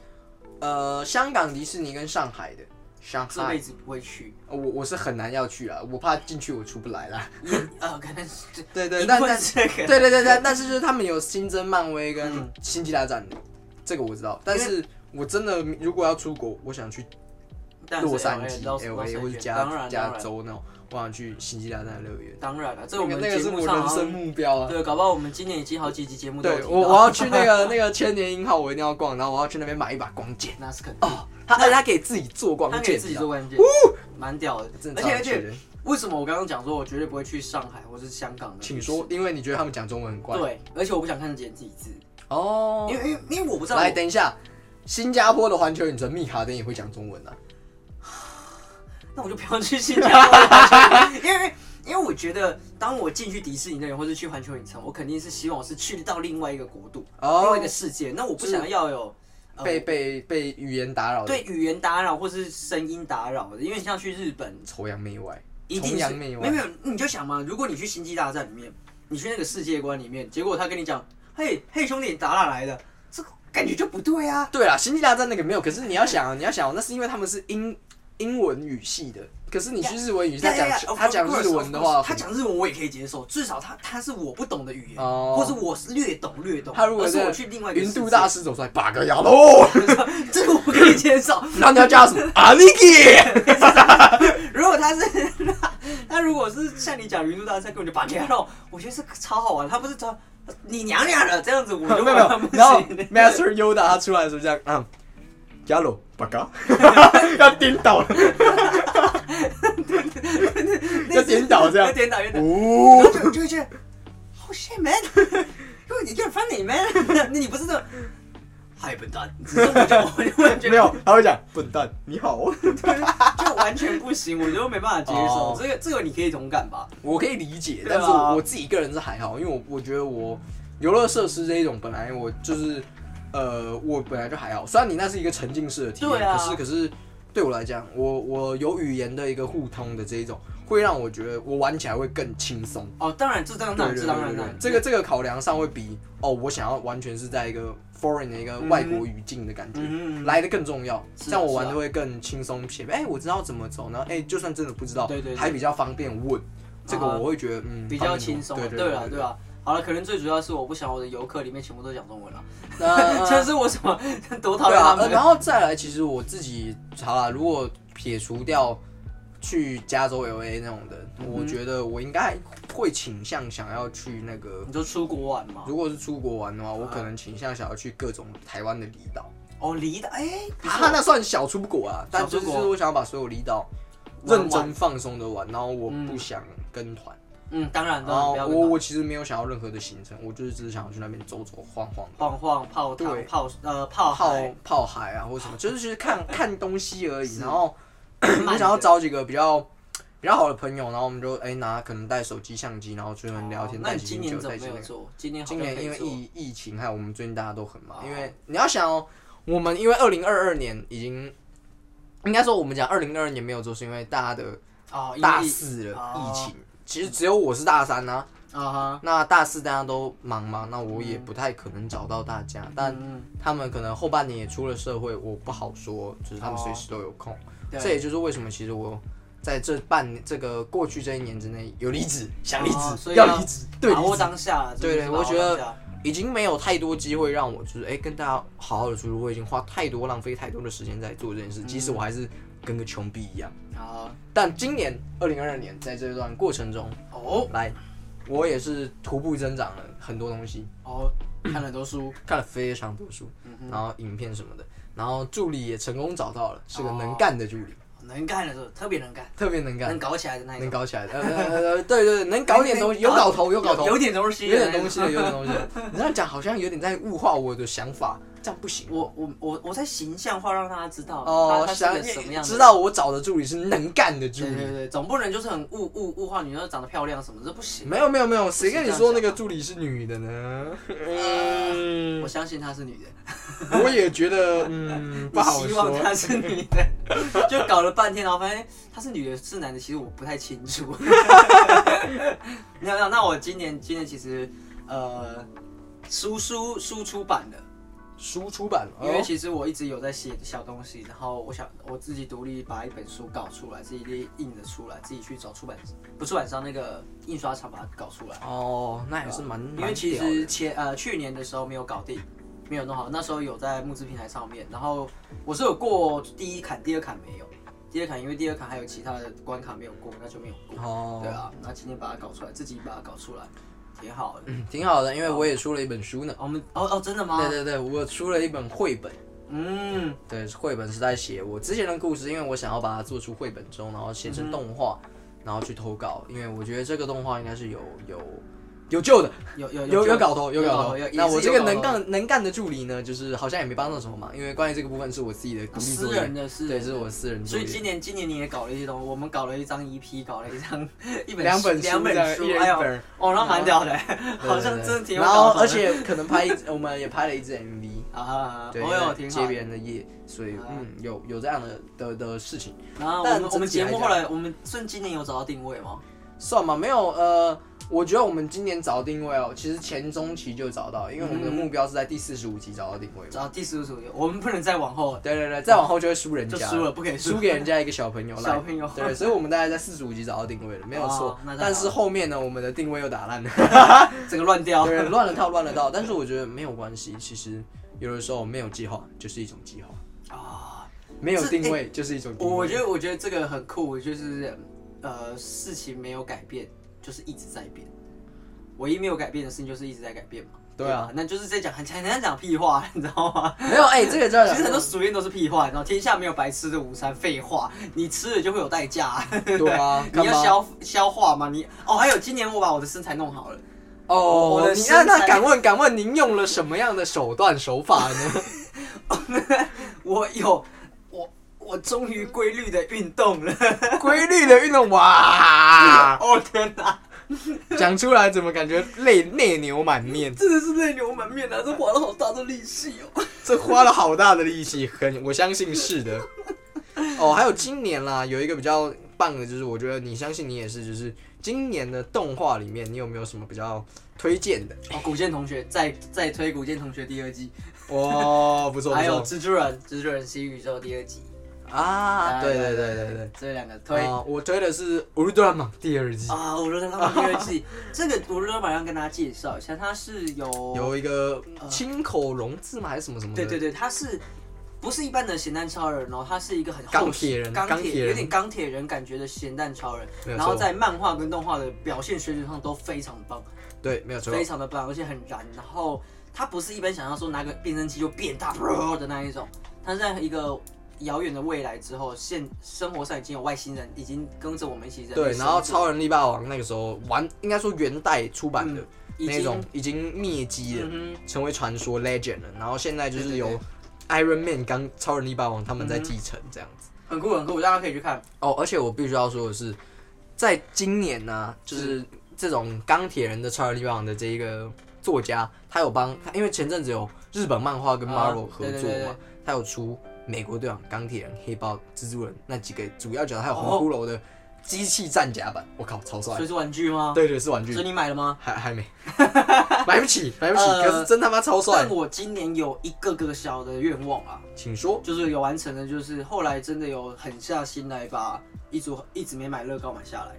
B: 呃，香港迪士尼跟上海的上
A: 这
B: 海，
A: 辈子不会去，
B: 呃我我是很难要去啦，我怕进去我出不来啦。
A: 也呃，可能是
B: 对对，
A: 因
B: 但
A: 为
B: 但
A: 这个
B: 对对对对，但是就是他们有新增漫威跟
A: 嗯
B: 星际大战的，这个我知道。但是我真的如果要出国，我想去
A: 但是哎
B: 洛杉
A: LA
B: 矶、
A: 到
B: L A 或者
A: 当
B: 加
A: 然
B: 加，州那种，我想去星际大战的乐园。
A: 当然当然了，这个我
B: 那个
A: 们
B: 那个
A: 节
B: 是
A: 目
B: 我
A: 上
B: 人
A: 好像
B: 生目标啊！
A: 对，搞不好我们今年已经好几集节目都有
B: 对
A: 提
B: 我
A: 到
B: 我要去那个那个千年鹰号，我一定要逛，然后我要去那边买一把光剑。
A: 那是肯定，
B: 哦，他而且他可以自己做光
A: 他可以
B: 剑，
A: 自己做关键，蛮屌的
B: 你知道吗，。
A: 而且
B: 真的
A: 而
B: 超级
A: 且，
B: 的
A: 为什么我刚刚讲说我绝对不会去上海或是香港的？
B: 请说，。因为你觉得他们讲中文很怪。
A: 对，而且我不想看简体字，
B: 哦
A: 因为因为因为我不知道我
B: 来，等一下，新加坡的环球影城密卡登也会讲中文啊。
A: 那我就不要去新加坡了， 因为因为我觉得，当我进去迪士尼乐园或是去环球影城，我肯定是希望我是去到另外一个国度、
B: 哦
A: 另外一个世界。那我不想要有、呃
B: 被被被语言打扰，，
A: 对语言打扰或是声音打扰的，因为你像去日本，
B: 崇洋媚外，
A: 一
B: 崇
A: 定是
B: 洋
A: 没
B: 媚
A: 有
B: 外
A: 没，有，你就想嘛，如果你去星际大战里面，你去那个世界观里面，结果他跟你讲，嘿嘿兄弟，你打哪来的？这个感觉就不对啊。
B: 对啦，星际大战那个没有，可是你要想啊，你要想啊，那是因为他们是英英文语系的，可是你去日文语系，他
A: 呀呀呀
B: 讲他讲
A: 哎 of course，
B: 日文的
A: of
B: 话
A: course，，他讲日文我也可以接受，至少他他是我不懂的语言，
B: 哦
A: 或是我是略懂略懂。
B: 他如果
A: 而是
B: 在
A: 我去另外一个
B: 云
A: 世
B: 度
A: 界
B: 大，师走出来，八个牙喽，
A: 这个我可以接受。
B: 然后你要叫他什么？阿尼 基，
A: 如果他是 他如果是像你讲云度大师，根本就把牙肉，我觉得是超好玩。他不是说你娘娘的这样子，我
B: 没
A: 就
B: 有没有，
A: 不
B: 然后
A: 行。
B: Master Yoda 他出来的时候这样，嗯，牙喽，八嘎， 要颠 倒了， 要颠倒这
A: 要
B: 样，
A: 颠倒，要颠倒。
B: 呜
A: 然后，就就会觉得，Oh shit man，因为你 you're funny man，那你 不是这种嗨笨蛋，只是我就我就完全
B: 没有，他会讲笨蛋，你好。
A: 就完全不行，我就没办法接受
B: 哦。
A: 这个这个你可以同感吧？
B: 我可以理解，
A: 对啊
B: 但是我我自己个人是还好，因为我我觉得我游乐设施这一种本来我就是呃，我本来就还好。虽然你那是一个沉浸式的体验，
A: 对啊
B: 可是可是对我来讲，我我有语言的一个互通的这一种，会让我觉得我玩起来会更轻松。
A: 哦，当然，这当然，这当然，当然
B: 这个这个考量上会比哦，我想要完全是在一个 foreign 的一个外国语境的感觉、
A: 嗯嗯嗯嗯
B: 来的更重要，
A: 是
B: 这样我玩
A: 是
B: 的
A: 啊
B: 会更轻松些。哎、我知道怎么走，然后哎、就算真的不知道，
A: 对对对
B: 还比较方便问。这个
A: 啊
B: 我会觉得嗯
A: 比较轻松啊。
B: 方便
A: 对
B: 多
A: 了，对
B: 对
A: 吧？好了，可能最主要是我不想我的游客里面全部都讲中文了，
B: 那
A: 这是我什么多啊呃讨
B: 对
A: 厌他
B: 啊，呃
A: 们。
B: 然后再来，其实我自己好啦，如果撇除掉去加州 L A 那种的，
A: 嗯
B: 我觉得我应该会倾向想要去那个，
A: 你就出国玩嘛？啊
B: 如果是出国玩的话，我可能倾向想要去各种台湾的离岛。
A: 哦，离的哎，
B: 啊，那算小出国啊，但就是
A: 小出国
B: 我想要把所有离岛
A: 玩
B: 认真放松的玩，然后我不想跟团，
A: 嗯，当然
B: 然后
A: 当然不
B: 哦我
A: 要跟
B: 我其实没有想要任何的行程，我就是只是想要去那边走走晃晃。
A: 他晃晃泡
B: 对
A: 汤泡呃泡
B: 泡
A: 海，
B: 泡海啊，或 者什么，就是去看 看东西而已。
A: 是
B: 然 后
A: 慢
B: 我
A: 的
B: 想要找几个比较比较好的朋友，然后我们就哎、拿可能带手机、相机，然后专门聊天，
A: 哦那
B: 带
A: 你
B: 几
A: 今
B: 瓶酒，
A: 年怎
B: 带
A: 么
B: 几
A: 没
B: 那
A: 有
B: 个。
A: 做？今年好
B: 今
A: 像可
B: 年
A: 以
B: 因为
A: 做
B: 疫疫情还有我们最近大家都很忙，
A: 哦
B: 因为你要想哦，我们因为二零二二年已经。应该说，我们讲二零二二年没有做，是因为大家的
A: 哦，因为
B: 大
A: 疫
B: 四了，
A: 哦
B: 疫情。其实只有我是大三啊，
A: 啊哈，
B: 那大四大家都忙嘛，那我也不太可能找到大家，但
A: 嗯
B: 他们可能后半年也出了社会，我不好说，就是他们随时都有空。
A: 嗯对
B: 这也就是为什么其实我在这半年这个过去这一年之内有离职，想离职、
A: 哦所以
B: 要离职，对
A: 把
B: 离
A: 握
B: 职，
A: 当下啦，
B: 对
A: 真的是
B: 对我
A: 把握
B: 觉得
A: 当下
B: 已经没有太多机会让我就是哎、跟大家好好的出入，我已经花太多浪费太多的时间在做这件
A: 嗯
B: 事，即使我还是跟个穷逼一样。
A: 好
B: 但今年二零二二年在这段过程中，
A: 哦
B: 来我也是徒步增长了很多东西，
A: 哦，看了很多书，
B: 看了非常多书，
A: 嗯
B: 然后影片什么的，然后助理也成功找到了，
A: 哦
B: 是个能干的助理，
A: 能干的时候特别能干，
B: 特别能干
A: 能，搞起来的那一
B: 能
A: 种，
B: 搞起来的，呃呃呃呃对对，对能搞点东西，有搞头，有搞头，
A: 有点东西，
B: 有点东西的，有点东西的。你这样讲好像有点在物化我的想法，这样不行。
A: 我我我我在形象化让大家知道
B: 哦，
A: 他他
B: 想
A: 是个什么样的人，
B: 知道我找的助理是能干的助
A: 对对
B: 理。
A: 对，总不能就是很物物物化女生长得漂亮什么，这不行。
B: 没有没有没有，谁跟你说
A: 不
B: 那
A: 是这样讲啊
B: 个助理是女的呢？嗯
A: 我，相信她是女的，
B: 我也觉得， 嗯，不
A: 我
B: 好
A: 希望她
B: 说。
A: 是女的， 就搞了半天，然后发现她是女的是男的，其实我不太清 楚。没有没有，那我今年今年其实呃书书书出版的，
B: 书出版了，
A: 因为
B: 哦
A: 其实我一直有在写小东西，然后我想我自己独立把一本书搞出来，自己印的出来，自己去找出版不出版商那个印刷厂把它搞出来。
B: 哦，那也是蛮，
A: 因为
B: 蛮
A: 其
B: 屌的
A: 实前呃去年的时候没有搞定，没有弄好，那时候有在募资平台上面，然后我是有过第一坎，第二坎没有，第二坎因为第二坎还有其他的关卡没有过，那就没有过。
B: 哦，
A: 对啊，那今天把它搞出来，自己把它搞出来，挺好的。
B: 嗯，挺好的，因为我也出了一本书呢。
A: 我们哦哦，真的吗？
B: 对对对，我出了一本绘本，
A: 嗯，
B: 对，绘本是在写我之前的故事，因为我想要把它做出绘本中，然后写
A: 嗯
B: 成动画，然后去投稿，因为我觉得这个动画应该是有有有救的，
A: 有有
B: 有有搞头，有搞头
A: 有。
B: 那我这个能。
A: 也是有搞头
B: 干能干的助理呢，就是好像也没帮到什么忙，因为关于这个部分是我自己的独立作
A: 啊私
B: 业
A: 人，的私人
B: 对，
A: 的
B: 这是我私人作
A: 所以
B: 业。
A: 今年今年你也搞了一些东西，我们搞了一张 EP，搞了一张一本
B: 两本
A: 两
B: 书这样
A: 本书
B: 一，人一
A: 哎呦
B: 本，
A: 哦，那蛮屌的，
B: 对
A: 好像
B: 对对
A: 真的挺有
B: 然
A: 搞
B: 后
A: 头的
B: 而且可能拍一， 我们也拍了一支 MV。
A: 啊啊，啊
B: 对，
A: 我有
B: 因为
A: 挺
B: 接
A: 好
B: 别
A: 的。
B: 人的业，所以
A: 啊
B: 嗯，有有这样的的的事情，
A: 然后我
B: 但
A: 们我
B: 整
A: 们
B: 体
A: 节
B: 来
A: 目
B: 讲
A: 后来我们顺今年有找到定位吗？
B: 算吗？没有，呃，我觉得我们今年找定位哦，其实前中期就找到，因为我们的
A: 嗯
B: 目标是在第四十五集找到定位嘛。
A: 找到第十五组，我们不能再往后 了，
B: 哦对对对，再往后就会输人
A: 就
B: 家，
A: 输了，不可以输
B: 输。给人家一个小朋友 啦。
A: 小朋友
B: 对，所以我们大概在四十五集找到定位了，没有错
A: 哦 那。太好
B: 但是后面呢，我们的定位又打 烂了，
A: 整个乱掉。
B: 对，乱了套，乱了套。但是我觉得没有关系，其实有的时候没有计划就是一种计划，
A: 啊，
B: 没有
A: 这
B: 定位就是一种定
A: 我
B: 位。
A: 我觉得我觉得这个很酷，就是呃事情没有改变，就是一直在变。唯一没有改变的事情就是一直在改变嘛。
B: 对啊
A: 吧，那就是在讲很很很讲屁话，你知道吗？
B: 没有，哎，这个真 的
A: 其实很多俗谚都是屁话，你知道，天下没有白吃的午餐，废话，你吃了就会有代价、
B: 对啊
A: 你要
B: 干嘛
A: 消消化嘛，你哦，还有今年我把我的身材弄好了，
B: 哦
A: 我，的
B: 你
A: 身
B: 那那
A: 材
B: 敢问敢问，您用了什么样的手段手 法呢？
A: 我有我我终于规律的运动了，
B: 规律的运动，哇，
A: 哦天哪，
B: 讲出来怎么感觉泪泪流满面？
A: 真的是泪流满面啊，这花了好大的力气哦。
B: 这花了好大的力气，很我相信是的。哦，还有今年啦，有一个比较棒的，就是我觉得你相信你也是，就是今年的动画里面，你有没有什么比较推荐的？
A: 哦，古剑同学再再推古剑同学第二季，
B: 哦，不错不
A: 还有
B: 错，
A: 蜘蛛人，蜘蛛人新宇宙第二季，
B: 啊，对对对对对。
A: 这两个推
B: 啊，我推的是《乌鲁多拉玛》第二季，
A: 啊，我罗德玛第二季，这个我罗德玛要跟大家介绍一下，它是由
B: 有一个青口龙字吗？还是什么什么的？
A: 哦对对对，他是不是一般的咸蛋超人哦？他是一个很厚
B: 钢铁人
A: 钢
B: 钢铁
A: 铁
B: 人
A: 有点钢铁人感觉的咸蛋超人，
B: 没有错
A: 然后在漫画跟动画的表现水准上都非常棒，
B: 对，没有错。
A: 非常的棒，而且很燃。然后他不是一般想象说拿个变声器就变大 pro 的那一种，他是在一个。遥远的未来之后，现生活上已经有外星人，已经跟着我们一起在
B: 对，然
A: 生
B: 后
A: 活
B: 超人力霸王那个时候完，应该说元代出版的
A: 嗯已
B: 那
A: 经
B: 种，已经灭迹了，
A: 嗯
B: 成为传说 legend 了。然后现在就
A: 对嗯
B: 是
A: 对对
B: 由 Iron Man 刚超人力霸王他们在继承这样子。
A: 哼，很酷很酷，大家可以去看。
B: 哦，而且我必须要说的是，在今年呢、
A: 嗯
B: 就是这种钢铁人的超人力霸王的这一个作家，他有帮，他因为前阵子有日本漫画跟
A: 啊
B: Marvel 合
A: 对对
B: 作
A: 对对
B: 嘛，他有出美国队长、钢铁人、黑豹、蜘蛛人那几个主要角色，还有
A: 哦
B: 红骷髅的机器战甲版，我靠，超帅
A: 所！以是玩具吗？
B: 对对，是玩具
A: 所以，你买了吗？
B: 还还没， 买不起，买不起，
A: 呃
B: 可是真他妈超帅
A: 但。我今年有一个个小的愿望啊，
B: 请说，
A: 就是有完成的，就是后来真的有狠下心来把一组一直没买乐高买下来，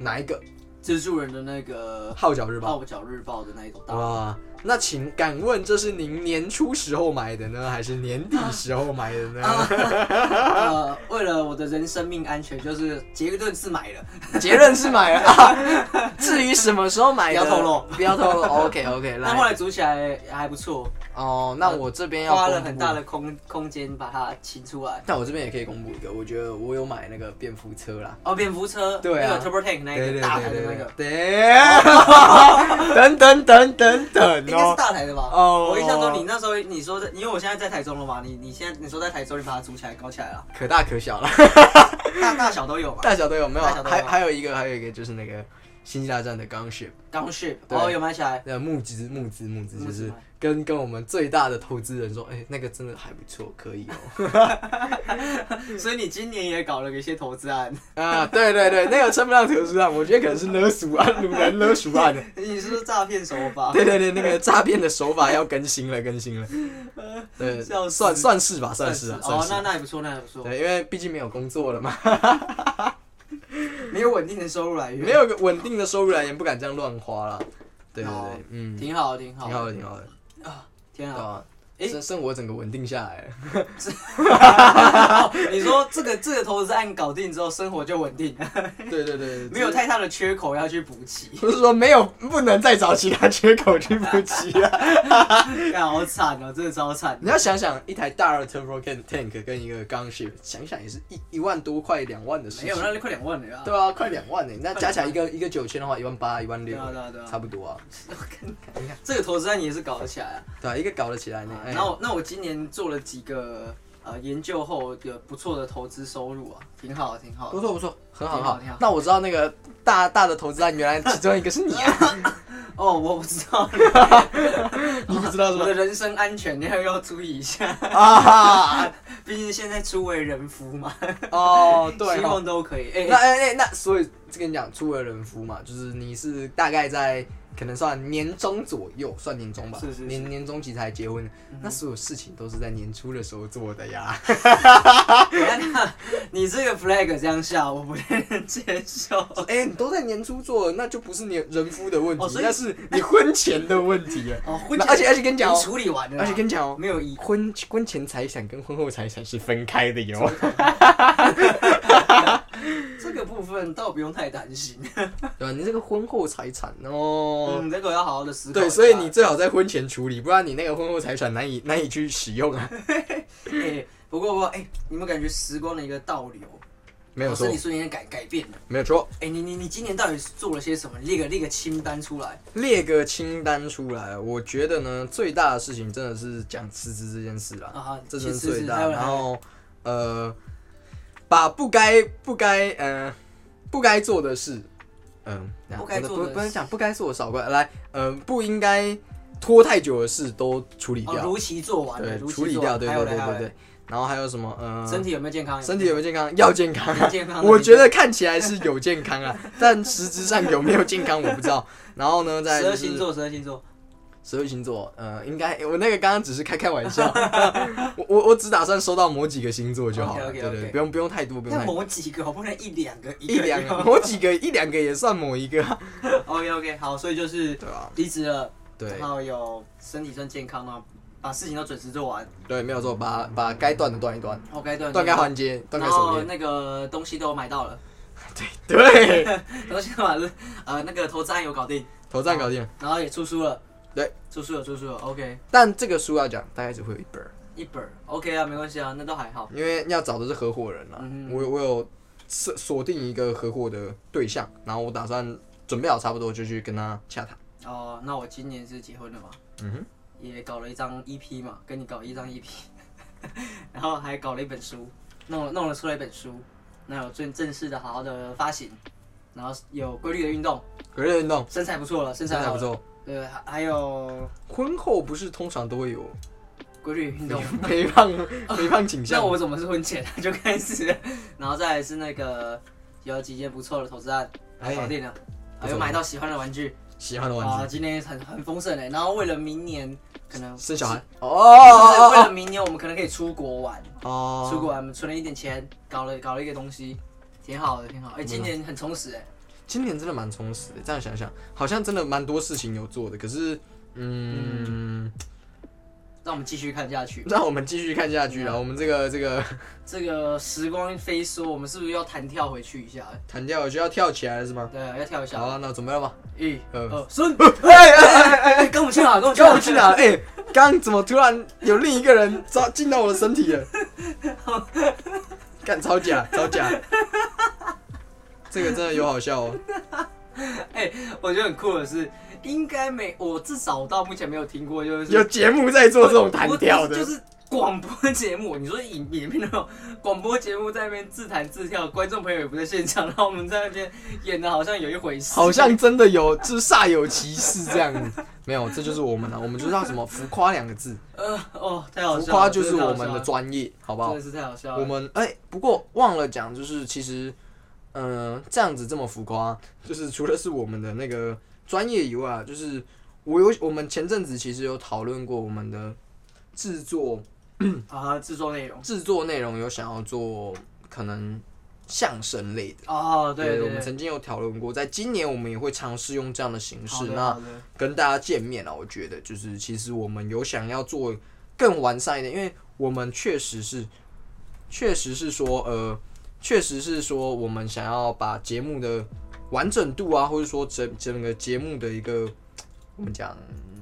B: 哪一个？
A: 蜘蛛人的那个
B: 号角日报。
A: 泡角日报的那一种 大。
B: 哇，那请敢问这是您年初时候买的呢，还是年底时候买的
A: 啊
B: 呢？
A: 呃，为了我的人生命安全，就是杰顿是买了，
B: 结论是买了啊。 至于什么时候买的，
A: 不要透露，
B: 不要透露。OK OK，
A: 但后
B: 来
A: 来组起来还不错，
B: 哦，那我这边要
A: 花了
B: 公布
A: 很大的，空空间把它清出来。
B: 但我这边也可以公布一个，我觉得我有买那个便服车啦。
A: 哦，蝙蝠车，
B: 对
A: 那
B: 啊
A: 个 Turbo Tank 那
B: 对
A: 一个
B: 对
A: 大台的
B: 对
A: 那
B: 对
A: 个，
B: 对， 等等等等等
A: 应该
B: 哦
A: 是。大台的吧？
B: 哦
A: 我印象中你那时候你说的，因为我现在在台中了嘛，你你现在你说在台中，你把它组起来搞起来了，
B: 可大 可小啦，
A: 大大小都有嘛。
B: 大小都有，没有？
A: 大小都有
B: 还还有一个，还有一个就是那个《星际大战》的钢 ship，
A: 刚 ship
B: 对
A: 哦，有买起来，
B: 呃，募资募资募资，
A: 募
B: 就
A: 资
B: 是
A: 吗
B: 跟跟我们最大的投资人说，哎、那个真的还不错，可以哦。
A: 所以你今年也搞了一些投资案，
B: 啊，对对对，那个称不上投资案，啊我觉得可能是勒索案，鲁人勒索案的。
A: 你是不是诈骗手法？
B: 对对对，那个诈骗的手法要更新了，更新了。对，
A: 笑死
B: 算算是吧，算是啊，算
A: 哦，
B: 是。
A: 那那也不错，那也不错，
B: 对，因为毕竟没有工作了嘛，
A: 没有稳定的收入来源，
B: 没有个稳定的收入来源，不敢这样乱花了。对对
A: 好
B: 对，嗯，挺
A: 挺好，挺好，
B: 好的，挺好的，
A: 天
B: 对
A: 啊！
B: 吧？
A: 诶
B: 生生活整个稳定下来了。
A: 你说这个这个投资案搞定之后，生活就稳 定了，
B: 对对 对，
A: 没有太大的缺口要去补齐，
B: 不是说没有不能再找其他缺口去补齐啊。
A: 干好惨哦，真的超惨
B: 你。要想想，一台大的 turbo can tank 跟一个钢 ship，想想也是一一万多块两万的事
A: 没
B: 情
A: 有，。那就快两万了啊！
B: 对啊，快两万呢、那加起来一个一个九千的话，一万八、一万六
A: 对啊对啊对，啊
B: 差不多啊。
A: 这个投资案你也是搞得起来啊。
B: 对啊，一个搞得起来呢。哎
A: 那我那我今年做了几个呃研究后有不错的投资收入啊，挺好的挺好的
B: 不。错不错，很好
A: 挺
B: 很
A: 好
B: 好
A: 挺好。
B: 那我知道那个大大的投资案，原来其中一个 是你啊，
A: 哦，我不知道，
B: 你不知道是
A: 我
B: 吧
A: 的？人身安全要要注意一下，
B: 啊，
A: 毕竟现在初为人夫嘛，
B: 哦 对
A: 希
B: 哦，
A: 望都可以。哎、
B: 那哎哎，那所以这跟你讲，初为人夫嘛，就是你是大概在可能算年中左右，算年中吧，
A: 是是是嗯
B: 年年中期才结婚，那所有事情都是在年初的时候做的呀。
A: 你这个 flag 这样下，我不能接 受。
B: 哎、你都在年初做了，那就不是年人夫的问题，
A: 哦所以
B: 那是你婚前的问题 啊。
A: 哦，婚
B: 那
A: 前
B: 而且而且跟你讲
A: 已
B: 哦
A: 经处理完了啦，
B: 而且跟你讲哦，
A: 没有一
B: 婚婚前财产跟婚后财产是分开的哟。
A: 啊这个部分倒不用太担心，
B: 对吧？啊你这个婚后财产哦。
A: 嗯，这个要好好的思考一下。
B: 对，所以你最好在婚前处理，不然你那个婚后财产难以难以去使用啊。
A: 哎、不过不过哎、你们感觉时光的一个倒流，
B: 没有错
A: 身体，瞬间改改变了。
B: 没有错。
A: 哎、你你你今年到底做了些什么？列个列个清单出来。
B: 列个清单出来，我觉得呢，最大的事情真的是讲辞职这件事啦，
A: 啊
B: 这真的
A: 去辞职
B: 最大。
A: 还有
B: 然后呃，把不该不该呃不该做的事，嗯、
A: 不该
B: 我
A: 做的
B: 不不能
A: 事
B: 讲不该做的少过来来，呃，不应该拖太久的事都处理
A: 哦，
B: 掉，
A: 如期做完了，
B: 对，
A: 如期
B: 处理
A: 做完
B: 掉，对
A: 还有
B: 对
A: 嘞
B: 对
A: 还有
B: 对
A: 嘞
B: 对。然后还有什么呃，
A: 身体有没有健康？
B: 身体有没有健康？要健康啊！
A: 健康的
B: 我觉得看起来是有健康啊，但实质上有没有健康我不知道。然后呢，再
A: 十
B: 就
A: 二
B: 是
A: 星座，十二星座，
B: 十二星座，呃，应该我那个刚刚只是开开玩笑，我我我只打算收到某几个星座就好了
A: OK，OK，OK
B: 对对对，不用不用太多，不用
A: 那
B: 太多，
A: 某几个，不能一两个，
B: 一两个某几个一两个也算某一个啊，
A: OK OK，好，所以就是
B: 对吧？
A: 离职了，
B: 对
A: 然后有身体算健康了，把事情都准时做完
B: 对，没有错，把把该断的断一断，
A: ，OK 对，
B: 断该环节，断该
A: 然
B: 手
A: 后
B: 链，
A: 那个东西都买到了，
B: 对，
A: 东西都买了，呃，那个投资案有搞定，
B: 头战搞定。
A: 然后也出书了，
B: 对，
A: 出书了，出书了，OK，
B: 但这个书要讲，大概只会有一本儿，
A: 一本儿 OK 啊，没关系啊，那都还好，
B: 因为要找的是合伙人啦。
A: 嗯
B: 我我有锁锁定一个合伙的对象，然后我打算准备好差不多就去跟他洽谈。
A: 哦，那我今年是结婚了嘛，
B: 嗯哼，
A: 也搞了一张 EP 嘛，跟你搞一张 EP，然后还搞了一本书，弄了弄了出来一本书，那有正正式的好好的发行，然后有规律的运动，
B: 格力运动
A: 身材不错了，身
B: 身
A: 材
B: 材
A: 好
B: 不
A: 了，
B: 错。
A: 对，还还有
B: 婚后不是通常都会有
A: 规律的 运动。
B: 肥胖肥胖倾
A: 那
B: 向？
A: 我怎么是婚前 就开始了？然后再来是那个有几件不错的投资案，
B: 哎
A: 搞定了，啊
B: 不错
A: 有买到喜欢的玩具
B: 喜欢的
A: 啊，
B: 玩具，
A: 今年很很丰盛哎。然后为了明年可能
B: 生小孩哦
A: 就是为
B: 哦
A: 了明年我们可能可以出国玩，
B: 哦哦，
A: 出国玩我们存了一点钱，搞了搞了一个东西，挺好的，挺好。哎，今年很充实哎，
B: 今年真的蛮充实的，这样想想，好像真的蛮多事情有做的。可是，嗯，
A: 让我们继续看下去。
B: 那我们继续看下去
A: 嗯
B: 了。我们这个这个
A: 这个时光飞梭，我们是不是要弹跳回去一下？
B: 弹跳就要跳起来了是吗？
A: 对，要跳一
B: 好
A: 下。
B: 啊，那准备了吗？
A: 一、
B: 嗯
A: 二、三，
B: 哎哎哎哎！
A: 哎，跟我们去哪？跟我们去
B: 刚
A: 哪？
B: 我去哪？哎、刚刚怎么突然有另一个人招进到我的身 体了？干超假，超假！这个真的有好笑 哦。啊
A: 我觉得很酷的是，应该没我至少到目前没有听过，就是
B: 有节目在做这种弹跳
A: 不
B: 的
A: 是，就是广播节目。你说影影片那种广播节目在那边自弹自跳，观众朋友也不在现场，然后我们在那边演的好像有一回事，
B: 好像真的有，就是煞有其事这样子。没有，这就是我们啊，我们就是要什么浮夸两个字，
A: 呃哦，太好
B: 浮
A: 笑了，
B: 夸就是
A: 真太
B: 我
A: 好笑
B: 们的
A: 了
B: 专业，好不好
A: 真的？是太好笑了。
B: 我们哎、不过忘了讲，就是其实，嗯、这样子这么浮夸，就是除了是我们的那个专业以外啊，就是我有我们前阵子其实有讨论过我们的制作
A: 啊，制作内容
B: 制作内容，有想要做可能相声类的。
A: 哦，对
B: 我
A: 对
B: 们
A: 对，
B: 曾经有讨论过，在今年我们也会尝试用这样的形
A: 好
B: 式，
A: 的
B: 那
A: 好的
B: 跟大家见面啊。我觉得就是其实我们有想要做更完善一点，因为我们确实是，确实是说呃，确实是说我们想要把节目的完整度啊，或者说整整个节目的一个我们讲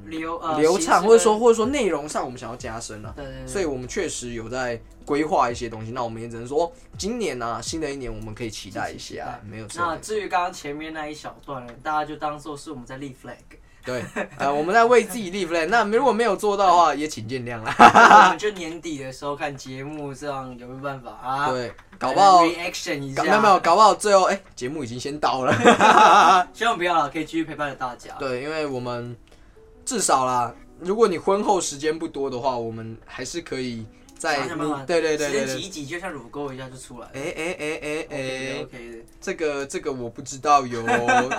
A: 流呃
B: 流
A: 形
B: 畅，
A: 式
B: 或者
A: 跟
B: 说或者说内容上，我们想要加深啊。
A: 对对对，
B: 所以我们确实有在规划一些东西，那我们也只能说，今年呢、新的一年我们可以期待一下，没有错。
A: 那至于刚刚前面那一小段呢，大家就当做是我们在立 flag。
B: 对，呃，我们在为自己立 flag，那如果没有做到的话，也请见谅啦。啊
A: 我们就年底的时候看节目，这样有没有办法啊？，
B: 对，搞不好，
A: reaction 一下，
B: 搞没有没有，，搞不好最后哎，节目已经先倒了。
A: 希望不要了，可以继续陪伴着大家。
B: 对，因为我们至少啦，如果你婚后时间不多的话，我们还是可以在
A: 想想办法
B: 你嗯对对对对
A: 时间挤
B: 对。
A: 一挤，就像乳沟一样就出来了。
B: 哎哎哎哎
A: OK
B: 哎，
A: OK
B: 这个这个我不知道 哟，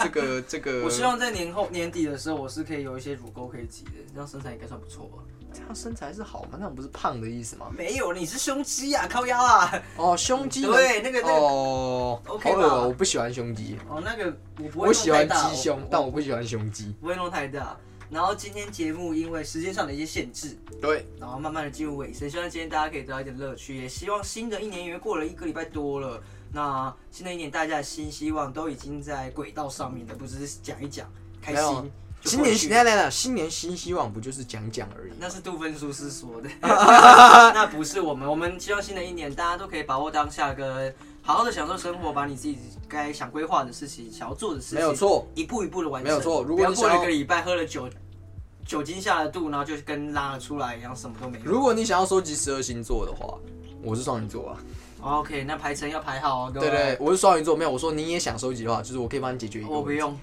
B: 这个这
A: 的，
B: 个，
A: 我希望在年后年底的时候，我是可以有一些乳沟可以挤的，这样身材应该算不错吧？
B: 这样身材是好吗？那不是胖的意思吗？
A: 没有，你是胸肌呀、啊，靠腰啊。
B: 哦，胸肌能
A: 对那个那个
B: 哦，好
A: OK 吧
B: 恶哦，我不喜欢胸肌，
A: 哦，那个我不会弄
B: 我喜欢
A: 太大
B: 鸡胸，但
A: 我
B: 我不喜欢胸肌。
A: 不会弄太大。然后今天节目因为时间上的一些限制，
B: 对，
A: 然后慢慢的进入尾声，希望今天大家可以得到一点乐趣，也希望新的一年因为过了一个礼拜多了，那新的一年大家的新希望都已经在轨道上面了，不只是讲一讲开
B: 没有
A: 心。
B: 新年
A: 新
B: 新来来来，新年新希望不就是讲讲而已？
A: 那是杜芬叔师说 的， 那不是我们。我们希望新的一年大家都可以把握当下，跟好好的享受生活，把你自己该想规划的事情、想要做的事情，
B: 没有错，
A: 一步一步的完成。
B: 没有错如果你
A: 不要过了
B: 想
A: 一
B: 要
A: 个礼拜喝了酒，酒精下了肚，然后就跟拉了出来一样，什么都没有。
B: 如果你想要收集十二星座的话，我是双鱼座啊。
A: OK，那排程要排好哦，各
B: 对
A: 位
B: 对，我是双鱼座，没有我说你也想收集的话，就是我可以帮你解决一个
A: 我不
B: 问题。
A: 用，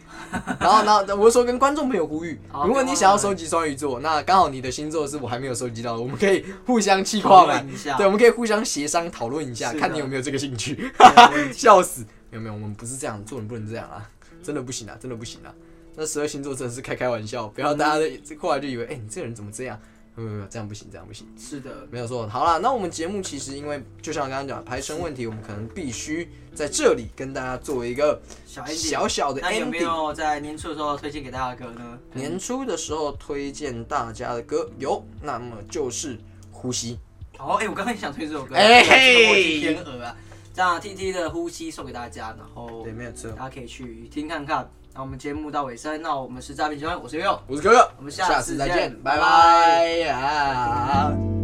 B: 然后，然后我是说跟观众朋友呼吁，
A: 好
B: 如果你想要
A: 对对
B: 收集双鱼座，那刚好你的星座是我还没有收集到的，我们可以互相 气化嘛
A: 讨论一下，
B: 对，我们可以互相协商讨论一下，
A: 是的
B: 看你有没有这个兴趣。
A: 没有问题
B: 笑死！没有没有，我们不是这样，做人不能这样啊，真的不行啊，真的不行啊。那十二星座真的是开开玩笑，不要大家的后来就以为，哎、你这个人怎么这样？没有没有没有，这样不行，这样不行。
A: 是的，
B: 没有错。好啦，那我们节目其实因为就像刚刚讲排程问题，我们可能必须在这里跟大家作为一个
A: 小 ending
B: 小小的
A: 那有没
B: ending。
A: 有在年初的时候推荐给大家的歌呢？嗯
B: 年初的时候推荐大家的歌有，那么就是《呼吸》。
A: 哦，哎、我刚刚也想推这首歌，
B: 哎
A: 这个我是
B: 嘿
A: 天鹅啊，这样 T T 的呼吸送给大家，然后
B: 对，没有错。
A: 大家可以去听看看。那我们节目到尾声，那我们是诈骗集团，我是悠悠。
B: 我是哥哥，
A: 我们下次
B: 再
A: 见
B: 见，拜
A: 拜
B: 拜啊！